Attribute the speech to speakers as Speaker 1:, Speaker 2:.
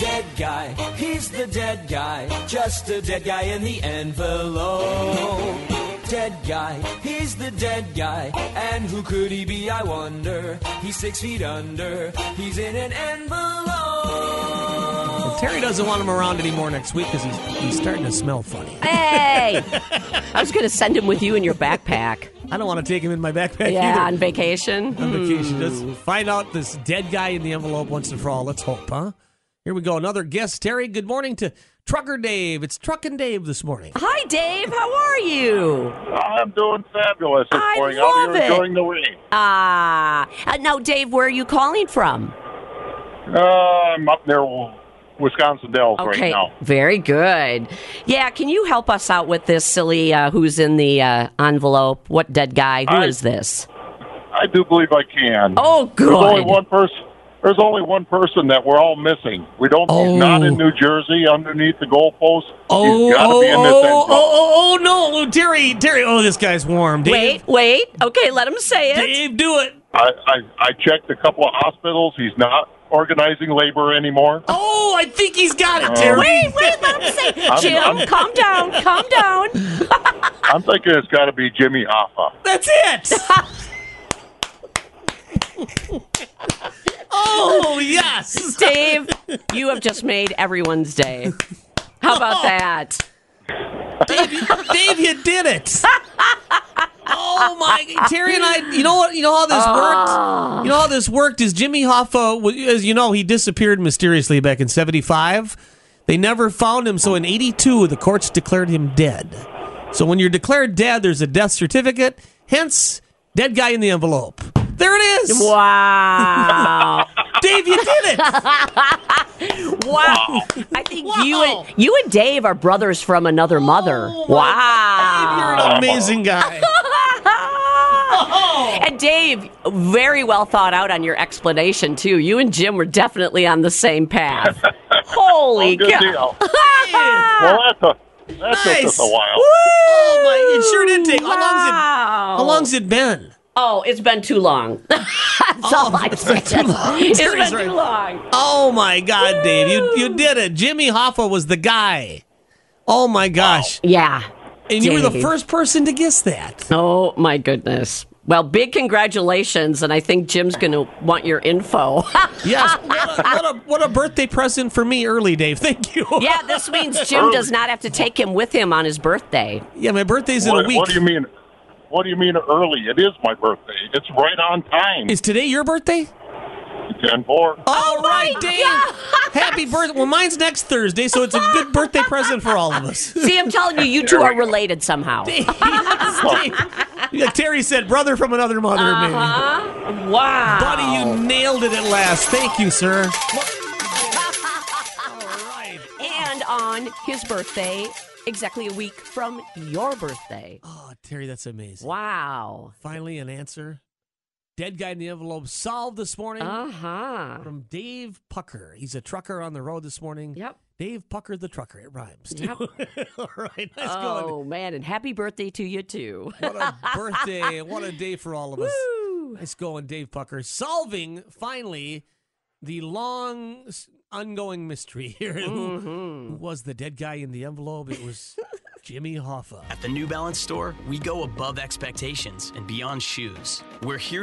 Speaker 1: Dead guy, he's the dead guy, just a dead guy in the envelope. Dead guy, he's the dead guy, and who could he be, I wonder? He's six feet under, he's in an envelope.
Speaker 2: Terry doesn't want him around anymore next week because he's, he's starting to smell funny.
Speaker 3: Hey! I was going to send him with you in your backpack.
Speaker 2: I don't want to take him in my backpack
Speaker 3: Yeah,
Speaker 2: either.
Speaker 3: on vacation.
Speaker 2: on vacation. Just find out this dead guy in the envelope once and for all. Let's hope, huh? Here we go. Another guest, Terry. Good morning to Trucker Dave. It's Truckin' Dave this morning.
Speaker 3: Hi, Dave. How are you?
Speaker 4: I'm doing fabulous this
Speaker 3: I
Speaker 4: morning.
Speaker 3: love
Speaker 4: I'll be
Speaker 3: it.
Speaker 4: enjoying the week.
Speaker 3: Ah. Uh, now, Dave, where are you calling from?
Speaker 4: Uh, I'm up near Wisconsin Dells right now.
Speaker 3: Very good. Yeah, can you help us out with this silly uh, who's in the uh, envelope? What dead guy? Who is
Speaker 4: I-
Speaker 3: this?
Speaker 4: I do believe I can.
Speaker 3: Oh,
Speaker 4: There's only
Speaker 3: good.
Speaker 4: one person. There's only one person that we're all missing. We don't.
Speaker 2: Oh.
Speaker 4: He's not in New Jersey, underneath the goalpost.
Speaker 2: Oh,
Speaker 4: he's got to
Speaker 2: oh,
Speaker 4: be in this
Speaker 2: oh,
Speaker 4: envelope.
Speaker 2: oh, oh, no. Terry, Terry. Oh, this guy's warm. Dave,
Speaker 3: Wait, wait. Okay, let him say it.
Speaker 2: Dave, do it.
Speaker 4: I, I I checked a couple of hospitals. He's not organizing labor anymore.
Speaker 2: Oh, I think he's got it,
Speaker 4: Oh.
Speaker 2: Terry.
Speaker 3: Wait, wait, let him say it.
Speaker 4: I'm-
Speaker 3: Jim,
Speaker 4: I'm-
Speaker 3: calm down, calm down.
Speaker 4: I'm thinking it's got to be Jimmy Hoffa.
Speaker 2: That's it. oh, yes.
Speaker 3: Dave, you have just made everyone's day. How about that?
Speaker 2: Dave, you- Dave, you did it. Oh my! Terry and I, you know what? You know how this worked. You know how this worked is Jimmy Hoffa, wa- as you know, he disappeared mysteriously back in '75. They never found him, so in '82, the courts declared him dead. So when you're declared dead, there's a death certificate. Hence, dead guy in the envelope. There it is.
Speaker 3: Wow.
Speaker 2: Dave, you did it.
Speaker 3: Wow. I think you
Speaker 2: Wow.
Speaker 3: and you and Dave are brothers from another mother.
Speaker 2: Oh, my
Speaker 3: wow.
Speaker 2: You're an amazing guy. Oh.
Speaker 3: And Dave, very well thought out on your explanation too. You and Jim were definitely on the same path.
Speaker 2: Oh,
Speaker 3: Holy
Speaker 4: Good
Speaker 3: cow!
Speaker 4: deal. Well, that's a that took us
Speaker 2: Nice.
Speaker 4: a while.
Speaker 2: Oh my! It sure did take. How long's it?
Speaker 3: Wow.
Speaker 2: How long's it been?
Speaker 3: Oh, it's been too long. That's all I
Speaker 2: Oh, it's been
Speaker 3: said.
Speaker 2: too long.
Speaker 3: It's
Speaker 2: Terry's
Speaker 3: been
Speaker 2: right.
Speaker 3: too long.
Speaker 2: Oh my God, Dave, you you did it. Jimmy Hoffa was the guy. Oh my gosh,
Speaker 3: Yeah.
Speaker 2: and you were the
Speaker 3: Dave.
Speaker 2: first person to guess that.
Speaker 3: Oh my goodness. Well, big congratulations, and I think Jim's going to want your info.
Speaker 2: Yes, what a, what a what a birthday present for me early, Dave. Thank you.
Speaker 3: yeah, this means Jim does not have to take him with him on his birthday.
Speaker 2: yeah. My birthday's in
Speaker 4: What,
Speaker 2: a week.
Speaker 4: what do you mean? What do you mean early? It is my birthday. It's right on time.
Speaker 2: Is today your birthday?
Speaker 4: Ten four.
Speaker 3: Oh
Speaker 2: all right, Dave. Happy birthday. Well, mine's next Thursday, so it's a good birthday present for all of us.
Speaker 3: See, I'm telling you, you two are related somehow.
Speaker 2: Yes, Dave. Yeah, Terry said, "Brother from another mother." Maybe.
Speaker 3: Huh? Uh-huh. Wow.
Speaker 2: Buddy, you nailed it at last. Thank you, sir.
Speaker 3: And on his birthday, exactly a week from your birthday.
Speaker 2: Oh, Terry, that's amazing.
Speaker 3: Wow.
Speaker 2: Finally, an answer. Dead guy in the envelope solved this morning
Speaker 3: Uh huh.
Speaker 2: from Dave Pucker. He's a trucker on the road this morning.
Speaker 3: Yep.
Speaker 2: Dave Pucker the trucker. It rhymes. Too.
Speaker 3: Yep.
Speaker 2: All right, nice going.
Speaker 3: Oh, man. And happy birthday to you, too.
Speaker 2: What a birthday! What a day for all of us. Nice going, Dave Pucker, solving finally the long s- ongoing mystery here. Who-
Speaker 3: Mm-hmm.
Speaker 2: Who was the dead guy in the envelope? It was Jimmy Hoffa.
Speaker 5: At the New Balance store, we go above expectations and beyond shoes. We're here to